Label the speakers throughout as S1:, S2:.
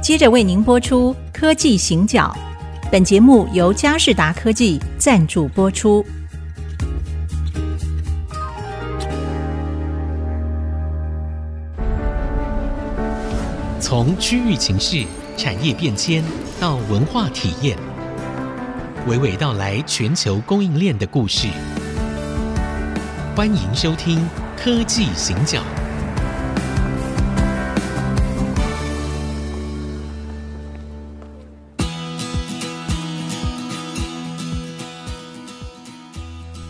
S1: 接着为您播出《科技行脚》，本节目由佳士达科技赞助播出。
S2: 从区域情势、产业变迁到文化体验，娓娓道来全球供应链的故事。欢迎收听《科技行脚》。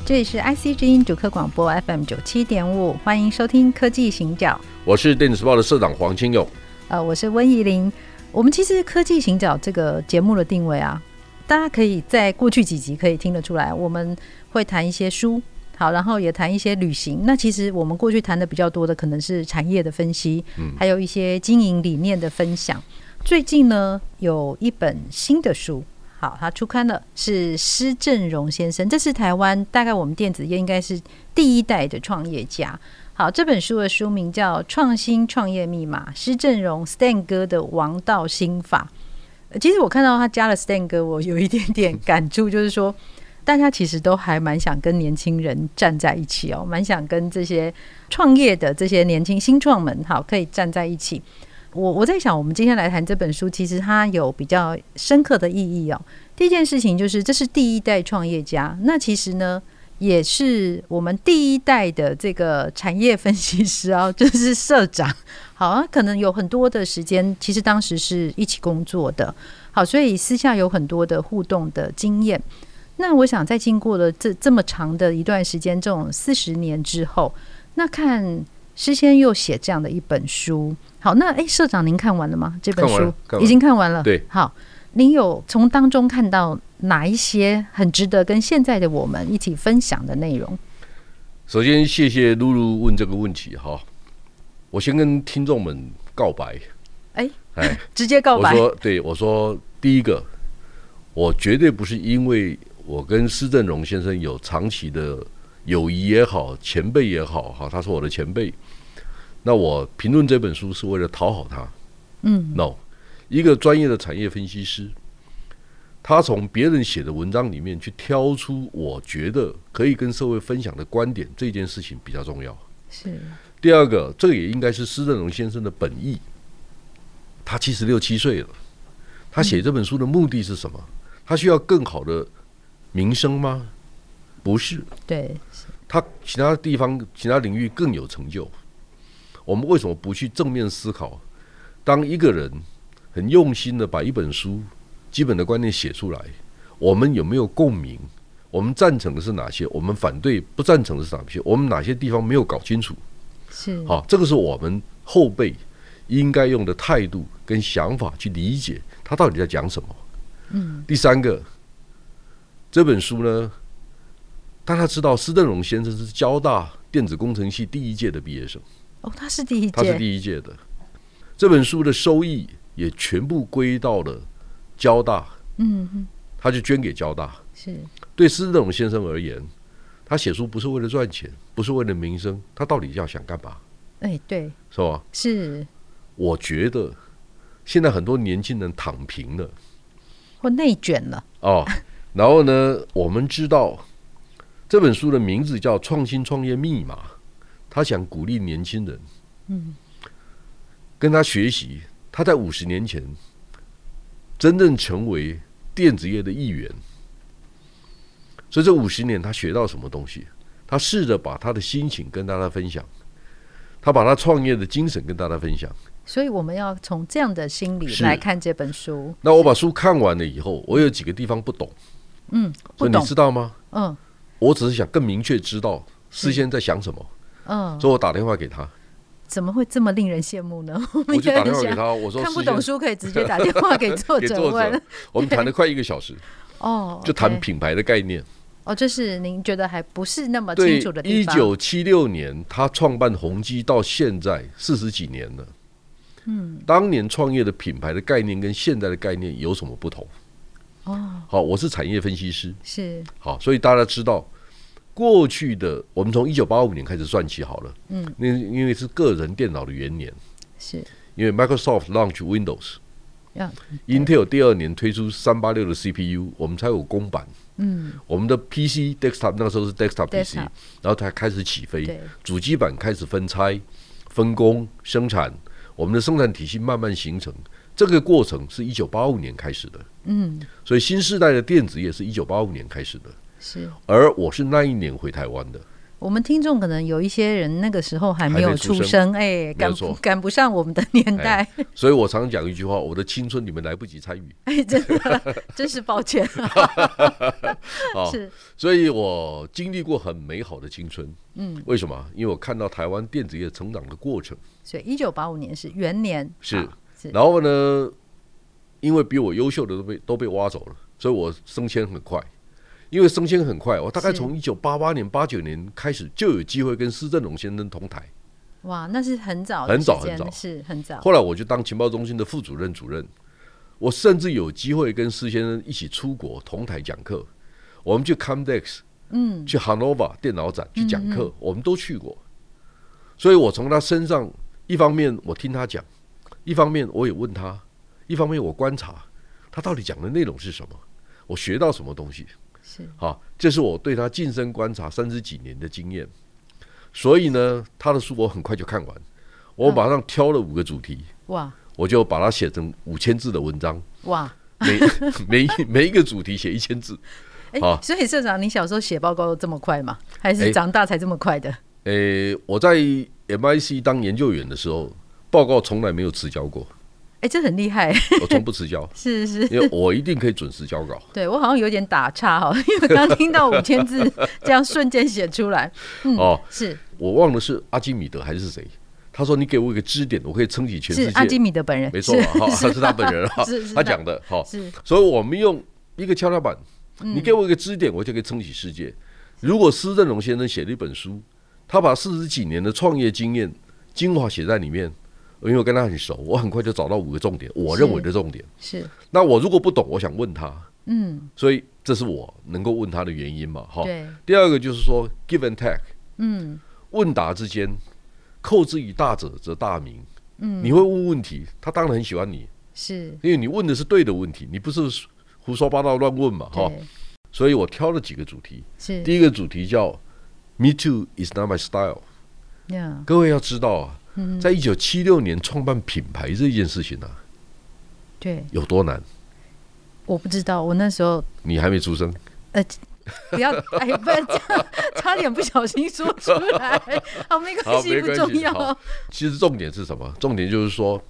S3: 这里是 IC 之音主客广播 FM 九七点五，欢迎收听《科技行脚》。
S4: 我是电子时报的社长黄清勇。
S3: 呃，我是温怡玲。我们其实《科技行脚》这个节目的定位啊，大家可以在过去几集可以听得出来，我们会谈一些书，好，然后也谈一些旅行。那其实我们过去谈的比较多的，可能是产业的分析，还有一些经营理念的分享。最近呢，有一本新的书。好，它出刊了，是施正荣先生，这是台湾大概我们电子业应该是第一代的创业家。好，这本书的书名叫《创新创业密码》，施正荣 Stan 哥的王道心法。呃其实我看到他加了 Stan 哥，我有一点点感触，就是说大家其实都还蛮想跟年轻人站在一起哦，蛮想跟这些创业的这些年轻新创们好可以站在一起。我我在想，我们今天来谈这本书，其实它有比较深刻的意义哦。第一件事情就是，这是第一代创业家，那其实呢，也是我们第一代的这个产业分析师哦， 就是社长。好，他可能有很多的时间，其实当时是一起工作的。好，所以私下有很多的互动的经验。那我想，在经过了这这么长的一段时间，这种四十年之后，那看诗仙又写这样的一本书，好，那诶，社长您看完了吗？这本
S4: 看完
S3: 书
S4: 了看完
S3: 已经看完了。
S4: 对，
S3: 好，您有从当中看到哪一些很值得跟现在的我们一起分享的内容？
S4: 首先，谢谢露露问这个问题哈。我先跟听众们告白，
S3: 哎，
S4: 哎，
S3: 直接告
S4: 我
S3: 白，
S4: 说，对我说，第一个，我绝对不是因为我跟施正荣先生有长期的友谊也好，前辈也好，哈，他是我的前辈。那我评论这本书是为了讨好他，
S3: 嗯
S4: ，no，一个专业的产业分析师，他从别人写的文章里面去挑出我觉得可以跟社会分享的观点，这件事情比较重要。
S3: 是
S4: 第二个，这个也应该是施正荣先生的本意。他七十六七岁了，他写这本书的目的是什么？他需要更好的名声吗？不是，
S3: 对，
S4: 他其他地方、其他领域更有成就。我们为什么不去正面思考？当一个人很用心的把一本书基本的观念写出来，我们有没有共鸣？我们赞成的是哪些？我们反对、不赞成的是哪些？我们哪些地方没有搞清楚？
S3: 是
S4: 好，这个是我们后辈应该用的态度跟想法去理解他到底在讲什么。嗯，第三个，这本书呢，大家知道施正荣先生是交大电子工程系第一届的毕业生，
S3: 哦，他是第一
S4: 他是
S3: 届，
S4: 第一届的。这本书的收益也全部归到了交大，
S3: 嗯嗯，
S4: 他就捐给交大。
S3: 是
S4: 对施正荣先生而言，他写书不是为了赚钱，不是为了名声，他到底要想干嘛？
S3: 哎，对，
S4: 是吧？
S3: 是
S4: 我觉得现在很多年轻人躺平了
S3: 或内卷了，
S4: 哦， 然后呢，我们知道这本书的名字叫《创新创业密码》，他想鼓励年轻人，嗯，跟他学习。他在五十年前真正成为电子业的一员，所以这五十年他学到什么东西？他试着把他的心情跟大家分享，他把他创业的精神跟大家分享。
S3: 所以我们要从这样的心理
S4: 是
S3: 来看这本书，
S4: 那我把书看完了以后，我有几个地方不懂，
S3: 嗯，不
S4: 所以你
S3: 懂，
S4: 知道吗？
S3: 嗯
S4: 我只是想更明确知道事先在想什么，
S3: 嗯，
S4: 所以我打电话给他，
S3: 怎么会这么令人羡慕呢？我
S4: 我
S3: 们
S4: 就
S3: 也
S4: 打电
S3: 很
S4: 话给
S3: 想。
S4: 他，我说
S3: 看不
S4: 事先
S3: 懂书可以直接打电话给作
S4: 给
S3: 者
S4: 作
S3: 问
S4: 者，我们谈了快一个小时，
S3: 哦，
S4: 就谈
S3: OK
S4: 品牌的概念。
S3: 哦，这是您觉得还不是那么
S4: 对
S3: 清楚的，地
S4: 一
S3: 方。
S4: 九七六年他创办宏基到现在四十几年了，嗯，当年创业的品牌的概念跟现在的概念有什么不同？
S3: 哦，
S4: 好，我是产业分析师，
S3: 是
S4: 好，所以大家知道，过去的我们从一九八五年开始算起好了，
S3: 嗯，
S4: 那因为是个人电脑的元年，
S3: 是
S4: 因为 Microsoft launch Windows，
S3: 要
S4: Intel 第二年推出三八六的 CPU，我们才有公版。嗯，我们的 PC desktop 那个时候是 desktop PC，
S3: Desktop
S4: 然后才开始起飞
S3: 对，
S4: 主机板开始分拆、分工、生产，我们的生产体系慢慢形成。这个过程是一九八五年开始的，
S3: 嗯
S4: 所以新时代的电子业是一九八五年开始的，
S3: 是
S4: 而我是那一年回台湾 的。
S3: 我们听众可能有一些人那个时候还没有出生，哎，赶
S4: 没错哎
S3: 赶不上我们的年代，
S4: 所以我常讲一句话：我的青春你们来不及参与
S3: 哎，真 的真是抱歉，
S4: 啊！
S3: 是
S4: 所以我经历过很美好的青春。嗯，为什么？因为我看到台湾电子业成长的过程。
S3: 所以一九八五年是元年，啊
S4: 是
S3: 好是
S4: 然后呢，因为比我优秀的都被都被挖走了，所以我升迁很快。因为升迁很快，我大概
S3: 是
S4: 从一九八八年、八九年开始就有机会跟施正荣先生同台。
S3: 哇，那是很早的
S4: 很
S3: 时
S4: 早
S3: 间，
S4: 很早
S3: 是很早，
S4: 后来我就当情报中心的副主任主任，我甚至有机会跟施先生一起出国同台讲课，我们去 Comdex，嗯，去 Hanover 电脑展去讲课，我们都去过。所以我从他身上，一方面我听他讲，一方面我也问他，一方面我观察他到底讲的内容是什么，我学到什么东西。
S3: 是
S4: 好，这是我对他近身观察三十几年的经验，所以呢，他的书我很快就看完，我马上挑了五个主题，
S3: 哇
S4: 我就把它写成五千字的文章，
S3: 哇，
S4: 每 每每一个主题写一千字。
S3: 哎
S4: 好，
S3: 所以社长，你小时候写报告这么快吗？还
S4: 啊哎
S3: 是长大才这么快的？
S4: 诶，呃我在 MIC 当研究员的时候，报告从来没有迟交 过，
S3: 哎，这很厉害，，
S4: 我从不迟交
S3: 是是。
S4: 因为我一定可以准时交稿。
S3: 对我好像有点打岔哈、因为刚听到五千字这样瞬间写出来， 嗯，
S4: 哦
S3: 是
S4: 我忘了是阿基米德还是谁，他说你给我一个支点，我可以撑起全世
S3: 是阿基
S4: 界。
S3: 米德本人，
S4: 没错吧？哈，是 他本人 哈
S3: 是是，
S4: 他讲的哈。
S3: 是是
S4: 所以我们用一个跷跷板，
S3: 嗯
S4: 你给我一个支点，我就可以撑起世界。如果施正荣先生写了一本书，他把四十几年的创业经验精华写在里面，因为我跟他很熟，我很快就找到五个重点，我认为的重点。
S3: 是
S4: 那我如果不懂，我想问他，
S3: 嗯，
S4: 所以这是我能够问他的原因嘛？哈。
S3: 对，
S4: 第二个就是说 give and take，
S3: 嗯，
S4: 问答之间，扣之以大者则大名。嗯，你会问问题，他当然很喜欢你，
S3: 是
S4: 因为你问的是对的问题，你不是胡说八道乱问嘛？哈。
S3: 对，
S4: 所以我挑了几个主题。
S3: 是
S4: 第一个主题叫 “Me Too is not my style”。
S3: 呀，
S4: 各位要知道啊，
S3: 嗯
S4: 在一九七六年创办品牌这件事情啊，
S3: 对，
S4: 有多难？
S3: 我不知道，我那时候
S4: 你还没出生，
S3: 呃。不要，哎，不要这样， 差点不小心说出 来。好，没关
S4: 好
S3: 系，
S4: 没
S3: 不
S4: 关
S3: 重
S4: 系
S3: 要
S4: 好。其实重点是什么？重点就是说，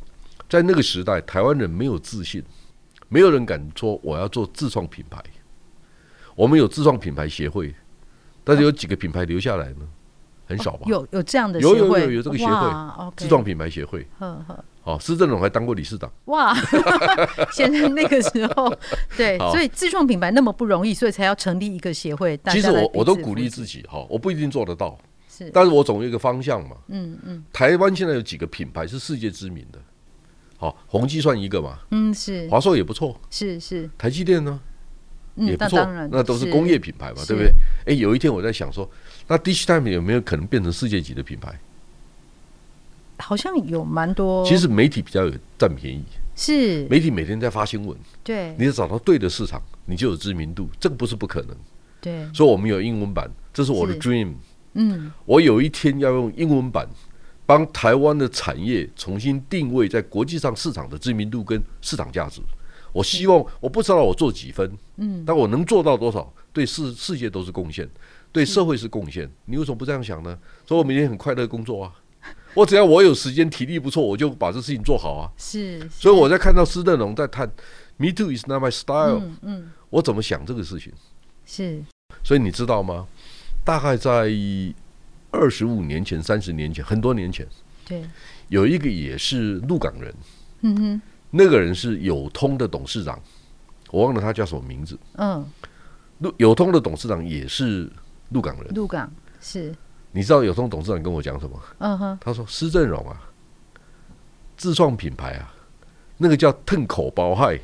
S4: 在那个时代，台湾人没有自信，没有人敢说我要做自创品牌。我们有自创品牌协会，但是有几个品牌留下来呢？很少吧？
S3: 有有这样的
S4: 有
S3: 协
S4: 有
S3: 会
S4: 有有这个协
S3: 哇
S4: 会，
S3: ，OK
S4: 自创品牌协会。
S3: 呵呵，
S4: 哦，施正荣还当过理事长。
S3: 哇， 显然那个时候，对，
S4: 好
S3: 所以自创品牌那么不容易，所以才要成立一个协会。大家
S4: 其实
S3: 来
S4: 我
S3: 彼
S4: 我都
S3: 此
S4: 鼓
S3: 扶
S4: 励
S3: 持
S4: 自己哈，我不一定做得到，
S3: 是，
S4: 但是我总有一个方向嘛。
S3: 嗯嗯
S4: 台湾现在有几个品牌是世界知名的，好，宏基算一个嘛，
S3: 嗯，是
S4: 华硕也不错，
S3: 是是，
S4: 台积电呢
S3: 嗯，
S4: 也不
S3: 那
S4: 错
S3: 当然，
S4: 那都是工业品牌嘛，对不对？哎，有一天我在想说，那 Digitime 有没有可能变成世界级的品牌？
S3: 好像有蛮多，
S4: 其实媒体比较有占便宜，
S3: 是
S4: 媒体每天在发新闻，
S3: 对
S4: 你找到对的市场，你就有知名度，这个不是不可能。
S3: 对，
S4: 所以我们有英文版，这是我的
S3: 是
S4: dream。
S3: 嗯，
S4: 我有一天要用英文版帮台湾的产业重新定位在国际上市场的知名度跟市场价值。我希望我不知道我做几分，嗯，但我能做到多少，对世世界都是贡献，对社会是贡献。你为什么不这样想呢？所以我每天很快乐工作啊，我只要我有时间体力不错，我就把这事情做好啊。
S3: 是，
S4: 所以我在看到施正荣在谈 “Me too is not my style”，、
S3: 嗯嗯
S4: 我怎么想这个事情？
S3: 是
S4: 所以你知道吗？大概在二十五年前、三十年前，很多年前，
S3: 对，
S4: 有一个也是鹿港人，
S3: 嗯哼
S4: 那个人是友通的董事长，我忘了他叫什么名字。
S3: 嗯，
S4: 鹿友通的董事长也是鹿港人，
S3: 鹿港是
S4: 你知道友通董事长跟我讲什么？
S3: 嗯哼
S4: 他说：“施正荣啊，自创品牌啊，那个叫‘腾口包害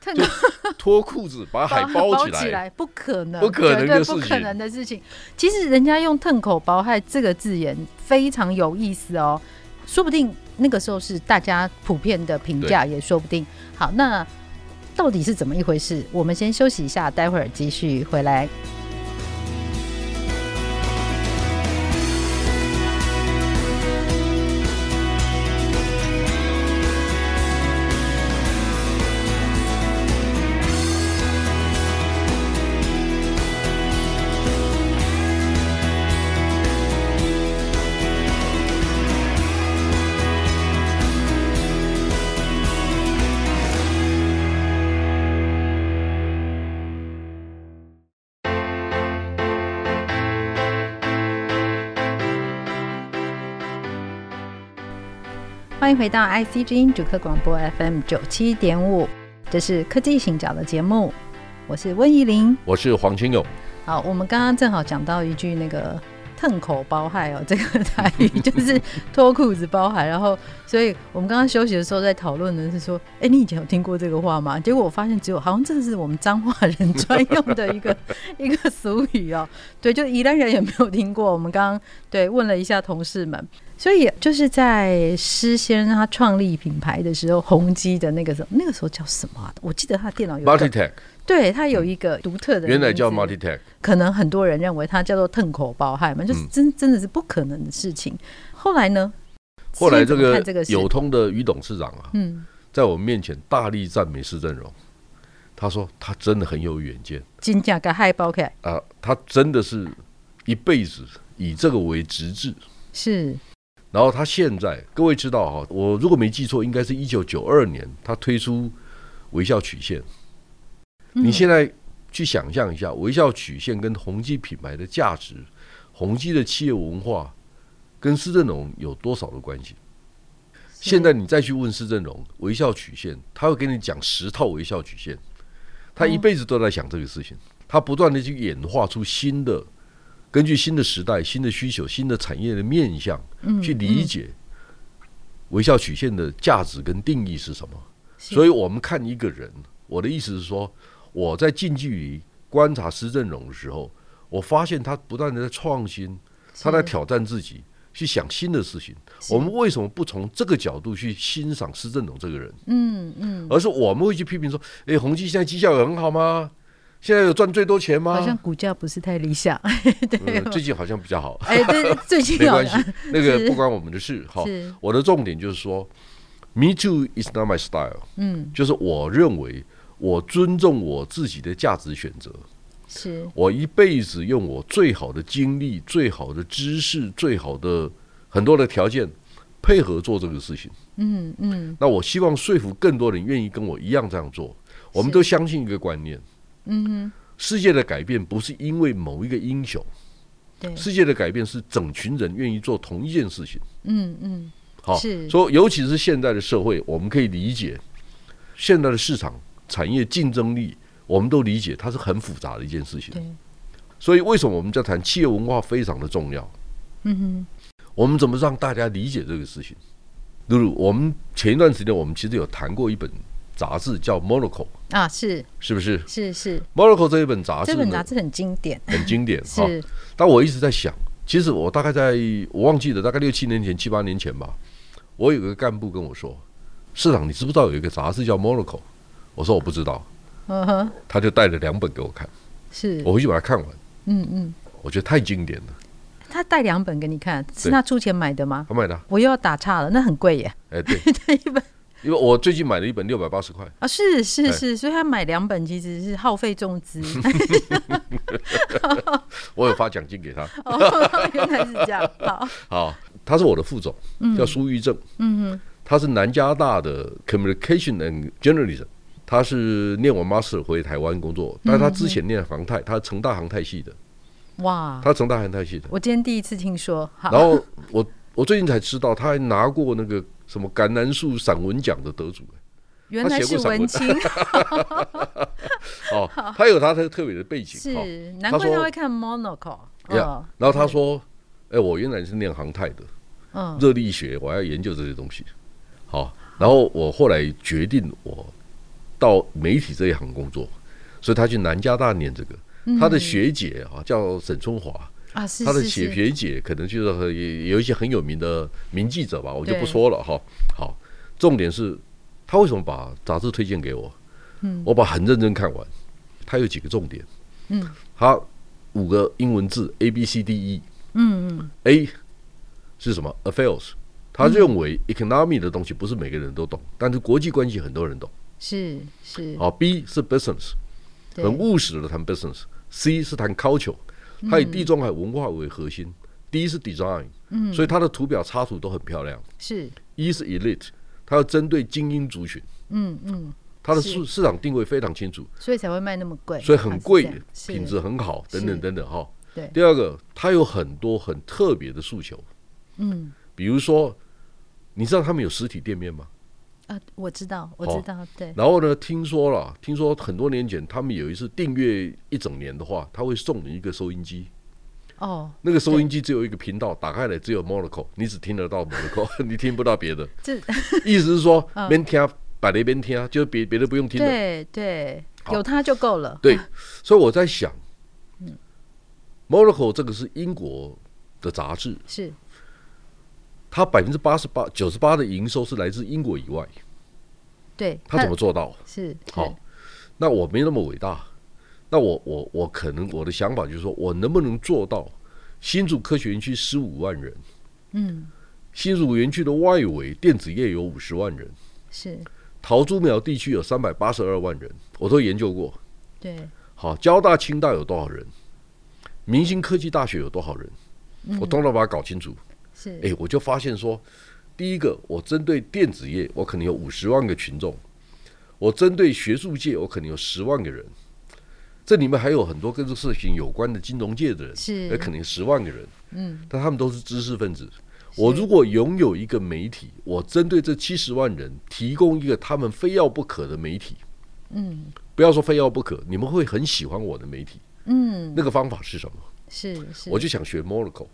S3: 腾’，
S4: 脱裤子把海包 起来。
S3: 来，不可能，
S4: 不可能
S3: 绝
S4: 的
S3: 对
S4: 事
S3: 不可
S4: 情
S3: 能的事情。其实人家用“腾口包害”这个字眼非常有意思哦，说不定那个时候是大家普遍的评价，也说不定。好，那到底是怎么一回事？我们先休息一下，待会儿继续回来。欢迎回到 IC 之音主客广播 FM 九七点五，这是科技行脚的节目，我是温怡玲。
S4: 我是黄清勇，
S3: 好，我们刚刚正好讲到一句那个“腾口包海”哦，这个台语就是脱裤子包海。然后，所以我们刚刚休息的时候在讨论的是说，哎、你以前有听过这个话吗？结果我发现只有好像这是我们彰化人专用的一个 一个俗语哦。对，就宜兰人也没有听过。我们刚刚对问了一下同事们，所以就是在施先生他创立品牌的时候，宏基的那个时候，那个时候叫什么啊、我记得他电脑有一
S4: m u l t i
S3: 个，
S4: t e c
S3: 对他有一个独特的名字，
S4: 原来叫 m u l t i t e c
S3: 可能很多人认为它叫做“腾口包害”嘛，就是
S4: 嗯
S3: 真、真的是不可能的事情。后来呢？
S4: 后
S3: 所
S4: 来这
S3: 以怎么
S4: 个
S3: 看这个事
S4: 友通的于董事长啊，
S3: 嗯，
S4: 在我们面前大力赞美施正荣，他说他真的很有远见
S3: 金价给害包开
S4: 啊，他真的是一辈子以这个为直至。
S3: 是
S4: 然后他现在，各位知道哈、我如果没记错，应该是一九九二年他推出微笑曲线。你现在去想象一下，微笑曲线跟宏基品牌的价值，宏基的企业文化跟施正荣有多少的关系？现在你再去问施正荣微笑曲线，他会给你讲十套微笑曲线，他一辈子都在想这个事情，他不断的去演化出新的，根据新的时代、新的需求、新的产业的面向，去理解微笑曲线的价值跟定义是什么。所以我们看一个人，我的意思是说，我在近距离观察施正荣的时候，我发现他不断的在创新，他在挑战自己，去想新的事情。我们为什么不从这个角度去欣赏施正荣这个人？嗯嗯，而是我们会去批评说，诶，宏基现在绩效有很好吗？现在有赚最多钱吗
S3: 好？像股价不是太理 想，对
S4: 嗯，最近好像比较好，
S3: 哎、对，最近
S4: 没
S3: 好
S4: 关系
S3: 像，
S4: 那
S3: 是
S4: 个不关我们的事哈
S3: 是。
S4: 我的重点就是说，Me too is not my style。
S3: 嗯，
S4: 就是我认为我尊重我自己的价值选择，
S3: 是
S4: 我一辈子用我最好的精力、最好的知识、最好的很多的条件配合做这个事情。
S3: 嗯嗯
S4: 那我希望说服更多人愿意跟我一样这样做。我们
S3: 是
S4: 都相信一个观念：
S3: 嗯哼，
S4: 世界的改变不是因为某一个英雄，
S3: 对，
S4: 世界的改变是整群人愿意做同一件事情。
S3: 嗯嗯
S4: 好，
S3: 是
S4: 说尤其是现在的社会，我们可以理解现在的市场产业竞争力，我们都理解它是很复杂的一件事情
S3: 对。
S4: 所以为什么我们在谈企业文化非常的重要？
S3: 嗯哼，
S4: 我们怎么让大家理解这个事情？露露，我们前一段时间我们其实有谈过一本杂志叫《Monaco》，
S3: 啊，是
S4: 是不是？《
S3: 是是，
S4: Monaco》这一本杂志
S3: 这
S4: 呢，
S3: 本杂志很经典，
S4: 很经典哈。
S3: 是
S4: 但我一直在想，其实我大概在我忘记了，大概六七年前、七八年前吧，我有个干部跟我说：“市长，你知不知道有一个杂志叫《Monaco》？”我说我不知道，
S3: 嗯哼，
S4: 他就带了两本给我看，
S3: 是，
S4: 我回去把它看完，
S3: 嗯嗯，
S4: 我觉得太经典了。
S3: 他带两本给你看，是
S4: 对
S3: 他出钱买的吗？
S4: 他买的啊，
S3: 我又要打岔了，那很贵耶，
S4: 哎，对，
S3: 对一本。
S4: 因为我最近买了一本六百八十块，
S3: 啊，是是
S4: 对
S3: 是，所以他买两本其实是耗费重资。
S4: 我有发奖金给他。
S3: 哦， 原来是这样。好，
S4: 好，他是我的副总，叫苏玉正，
S3: 嗯
S4: 他是南加大的 Communication and Journalism。他是念完 master 回台湾工
S3: 嗯
S4: 作，但是他之前念航太，他是成大航太系的，
S3: 哼，哇，
S4: 他成大航太系的。
S3: 我今天第一次听说。好，
S4: 然后我我最近才知道，他还拿过那个什么橄榄树散文奖的得主
S3: 原来是文青，
S4: 哦，他有他的特别的背景哦。
S3: 是难怪他会看 Monaco。
S4: 呀
S3: 嗯
S4: 然后他说：“哎，我原来是念航太的，
S3: 嗯，
S4: 热力学，我要研究这些东西。”好，然后我后来决定我到媒体这一行工作，所以他去南加大念这个。他的学姐啊叫沈春华，
S3: 啊，是
S4: 他的
S3: 是
S4: 写
S3: 是
S4: 学姐可能就是很也有一些很有名的名记者吧，我就
S3: 对
S4: 不说了哈。好，重点是他为什么把杂志推荐给我？
S3: 嗯
S4: 我把很认真看完，他有几个重点。
S3: 嗯，
S4: 他五个英文字 A B C D E
S3: 嗯嗯
S4: A 是什么？Affairs。他认为
S3: 嗯
S4: economy 的东西不是每个人都懂，但是国际关系很多人懂。
S3: 是是，
S4: 啊，B 是 business，
S3: 对
S4: 很务实的谈 business。C 是谈 culture，它以地中海文化为核心。D 是 design，
S3: 嗯
S4: 所以它的图表插图都很漂亮。
S3: 是
S4: E 是 elite，它要针对精英族群，
S3: 嗯嗯，
S4: 它的
S3: 是
S4: 市市场定位非常清楚，
S3: 所以才会卖那么贵，
S4: 所以很贵
S3: 啊是，这样
S4: 品质很好，等
S3: 是
S4: 等等等哈。
S3: 对
S4: 第二个，它有很多很特别的诉求，
S3: 嗯
S4: 比如说，你知道他们有实体店面吗？
S3: 啊，我知道我
S4: 好
S3: 知道，对，
S4: 然后呢，听说了，听说很多年前他们有一次订阅一整年的话，他会送你一个收音机。
S3: 哦，
S4: 那个收音机只有一个频道，打开来只有 Monaco，你只听得到 Monaco，你 听不到别的。
S3: 这
S4: 意思是说，边听摆了一边听，啊就是别别的不用听了。
S3: 对对，
S4: 好
S3: 有它就够了，
S4: 对，所以我在想，Monaco 这个是英国的杂志，
S3: 是
S4: 它百分之八十八、九十八的营收是来自英国以外，
S3: 对，
S4: 它怎么做到？
S3: 是是
S4: 好，那我没那么伟大，那我我我可能我的想法就是说我能不能做到新竹科学园区十五万人，
S3: 嗯
S4: 新竹园区的外围电子业有五十万人。
S3: 是，
S4: 桃竹苗地区有三百八十二万人，我都研究过。
S3: 对
S4: 好，交大、清大有多少人？明星科技大学有多少人？我通通把它搞清楚。
S3: 是，
S4: 诶，哎我就发现说，第一个，我针对电子业，我可能有五十万个群众；我针对学术界，我可能有十万个人。这里面还有很多跟这个事情有关的金融界的人，
S3: 是
S4: 也可能十万个人。
S3: 嗯
S4: 但他们都是知识分子。我如果拥有一个媒体，我针对这七十万人提供一个他们非要不可的媒体，
S3: 嗯
S4: 不要说非要不可，你们会很喜欢我的媒体。
S3: 嗯，
S4: 那个方法是什么？
S3: 是是，
S4: 我就想学 Monaco，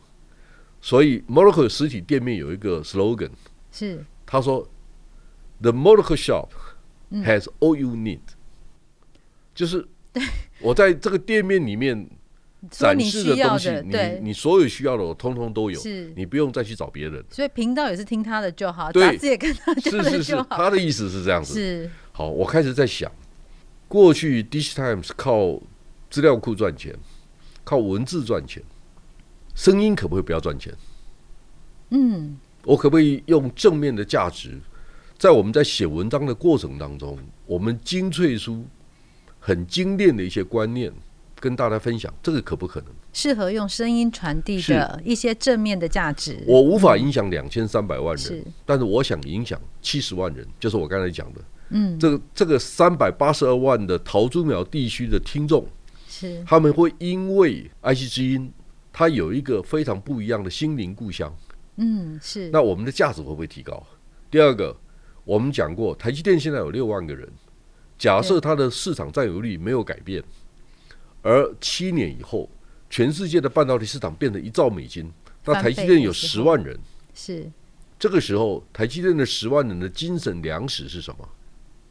S4: 所以 Monaco 实体店面有一个 slogan，
S3: 是
S4: 他说：“The Monaco shop has all you need。就是我在这个店面里面
S3: 说
S4: 展
S3: 你
S4: 示
S3: 需要
S4: 东西，
S3: 的
S4: 你
S3: 对，
S4: 你所有需要的我通通都有
S3: 是，
S4: 你不用再去找别人。
S3: 所以频道也是听他的就好，
S4: 对
S3: 杂志也看他
S4: 是
S3: 的
S4: 是，
S3: 就是好，
S4: 他的意思是这样子。
S3: 是
S4: 好，我开始在想，过去 Digitimes 靠资料库赚钱，靠文字赚钱，声音可不可以不要赚钱？
S3: 嗯
S4: 我可不可以用正面的价值，在我们在写文章的过程当中，我们精粹出很精炼的一些观念，跟大家分享，这个可不可能？
S3: 适合用声音传递
S4: 是
S3: 的一些正面的价值，
S4: 我无法影响两千三百万人
S3: 嗯是，
S4: 但是我想影响七十万人，就是我刚才讲的，
S3: 嗯
S4: 这个这个三百八十二万的桃竹苗地区的听众，
S3: 是
S4: 他们会因为爱惜之音，它有一个非常不一样的心灵故乡。
S3: 嗯是
S4: 那我们的价值会不会提高？第二个，我们讲过，台积电现在有六万个人，假设它的市场占有率没有改变，而七年以后，全世界的半导体市场变成一兆美金，那
S3: 翻
S4: 台
S3: 倍
S4: 积电有
S3: 的时
S4: 十
S3: 候
S4: 万人。
S3: 是
S4: 这个时候，台积电的十万人的精神粮食是什么？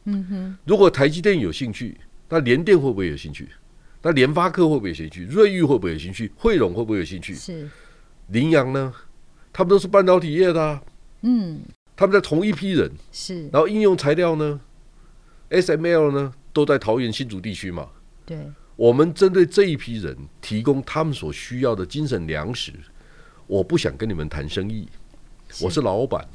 S3: 嗯哼
S4: 如果台积电有兴趣，那联电会不会有兴趣？那联发科会不会有兴趣？瑞昱会不会有兴趣？汇龙会不会有兴趣？
S3: 是
S4: 羚羊呢？他们都是半导体业的、啊，
S3: 嗯
S4: 他们在同一批人。
S3: 是
S4: 然后应用材料呢，SML 呢，都在桃园新竹地区嘛。
S3: 对
S4: 我们针对这一批人提供他们所需要的精神粮食。我不想跟你们谈生意，我是老板，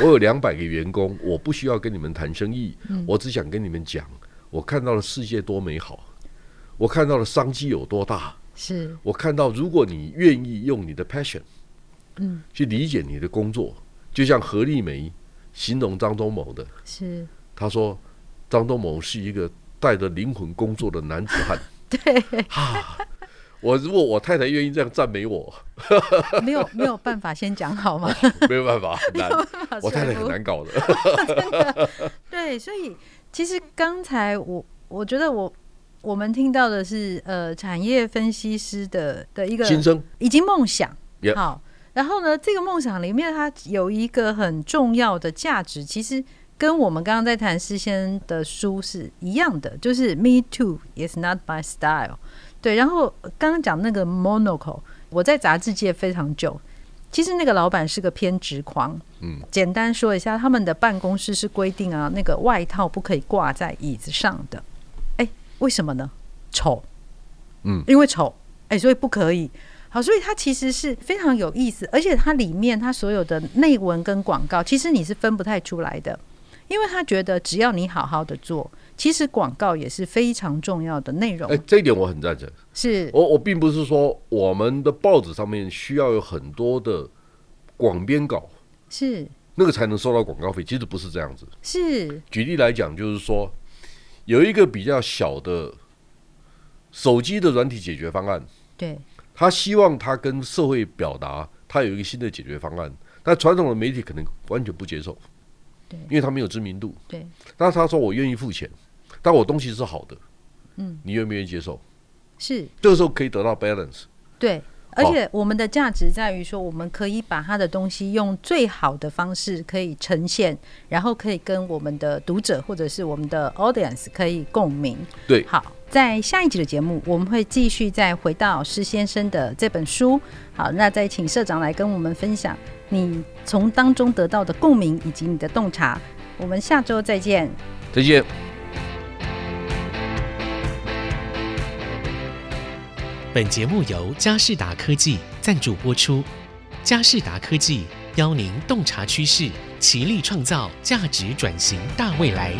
S4: 我有两百个员工， 我不需要跟你们谈生意，我只想跟你们讲，我看到了世界多美好，我看到了商机有多大，
S3: 是
S4: 我看到如果你愿意用你的 passion，
S3: 嗯
S4: 去理解你的工作，就像何丽梅形容张忠谋的，
S3: 是
S4: 他说张忠谋是一个带着灵魂工作的男子汉。对，哈，我如果我太太愿意这样赞美我，
S3: 没有没有办法先讲好吗？
S4: 没有办法，很难，我太太很难搞的。
S3: 对，所以其实刚才我我觉得我我们听到的是呃产业分析师的的一个
S4: 新生
S3: 已经梦想
S4: Yep
S3: 好，然后呢，这个梦想里面它有一个很重要的价值，其实跟我们刚刚在谈诗仙的书是一样的，就是 Me too is not my style。对，然后呃刚刚讲那个 monocle 我在杂志界非常久，其实那个老板是个偏执狂。嗯，简单说一下，他们的办公室是规定啊，那个外套不可以挂在椅子上的。哎，为什么呢？丑。
S4: 嗯，
S3: 因为丑，哎，所以不可以。好，所以它其实是非常有意思，而且它里面它所有的内文跟广告，其实你是分不太出来的，因为他觉得只要你好好的做，其实广告也是非常重要的内容
S4: 哎，，这一点我很赞成。
S3: 是
S4: 我我并不是说我们的报纸上面需要有很多的广编稿，
S3: 是
S4: 那个才能收到广告费，其实不是这样子。
S3: 是，
S4: 举例来讲，就是说有一个比较小的手机的软体解决方案，
S3: 对，
S4: 他希望他跟社会表达他有一个新的解决方案，但传统的媒体可能完全不接受，
S3: 对
S4: 因为他没有知名度。
S3: 对，
S4: 但是他说我愿意付钱，但我东西是好的，嗯，你愿不愿意接受？
S3: 是
S4: 这个时候可以得到 balance。
S3: 对。而且我们的价值在于说，我们可以把他的东西用最好的方式可以呈现，然后可以跟我们的读者或者是我们的 audience 可以共鸣。
S4: 对，
S3: 好，在下一集的节目，我们会继续再回到施先生的这本书。好，那再请社长来跟我们分享你从当中得到的共鸣以及你的洞察。我们下周再见。
S4: 再见。
S2: 本节目由佳士达科技赞助播出。佳士达科技邀您洞察趋势，齐力创造价值转型大未来。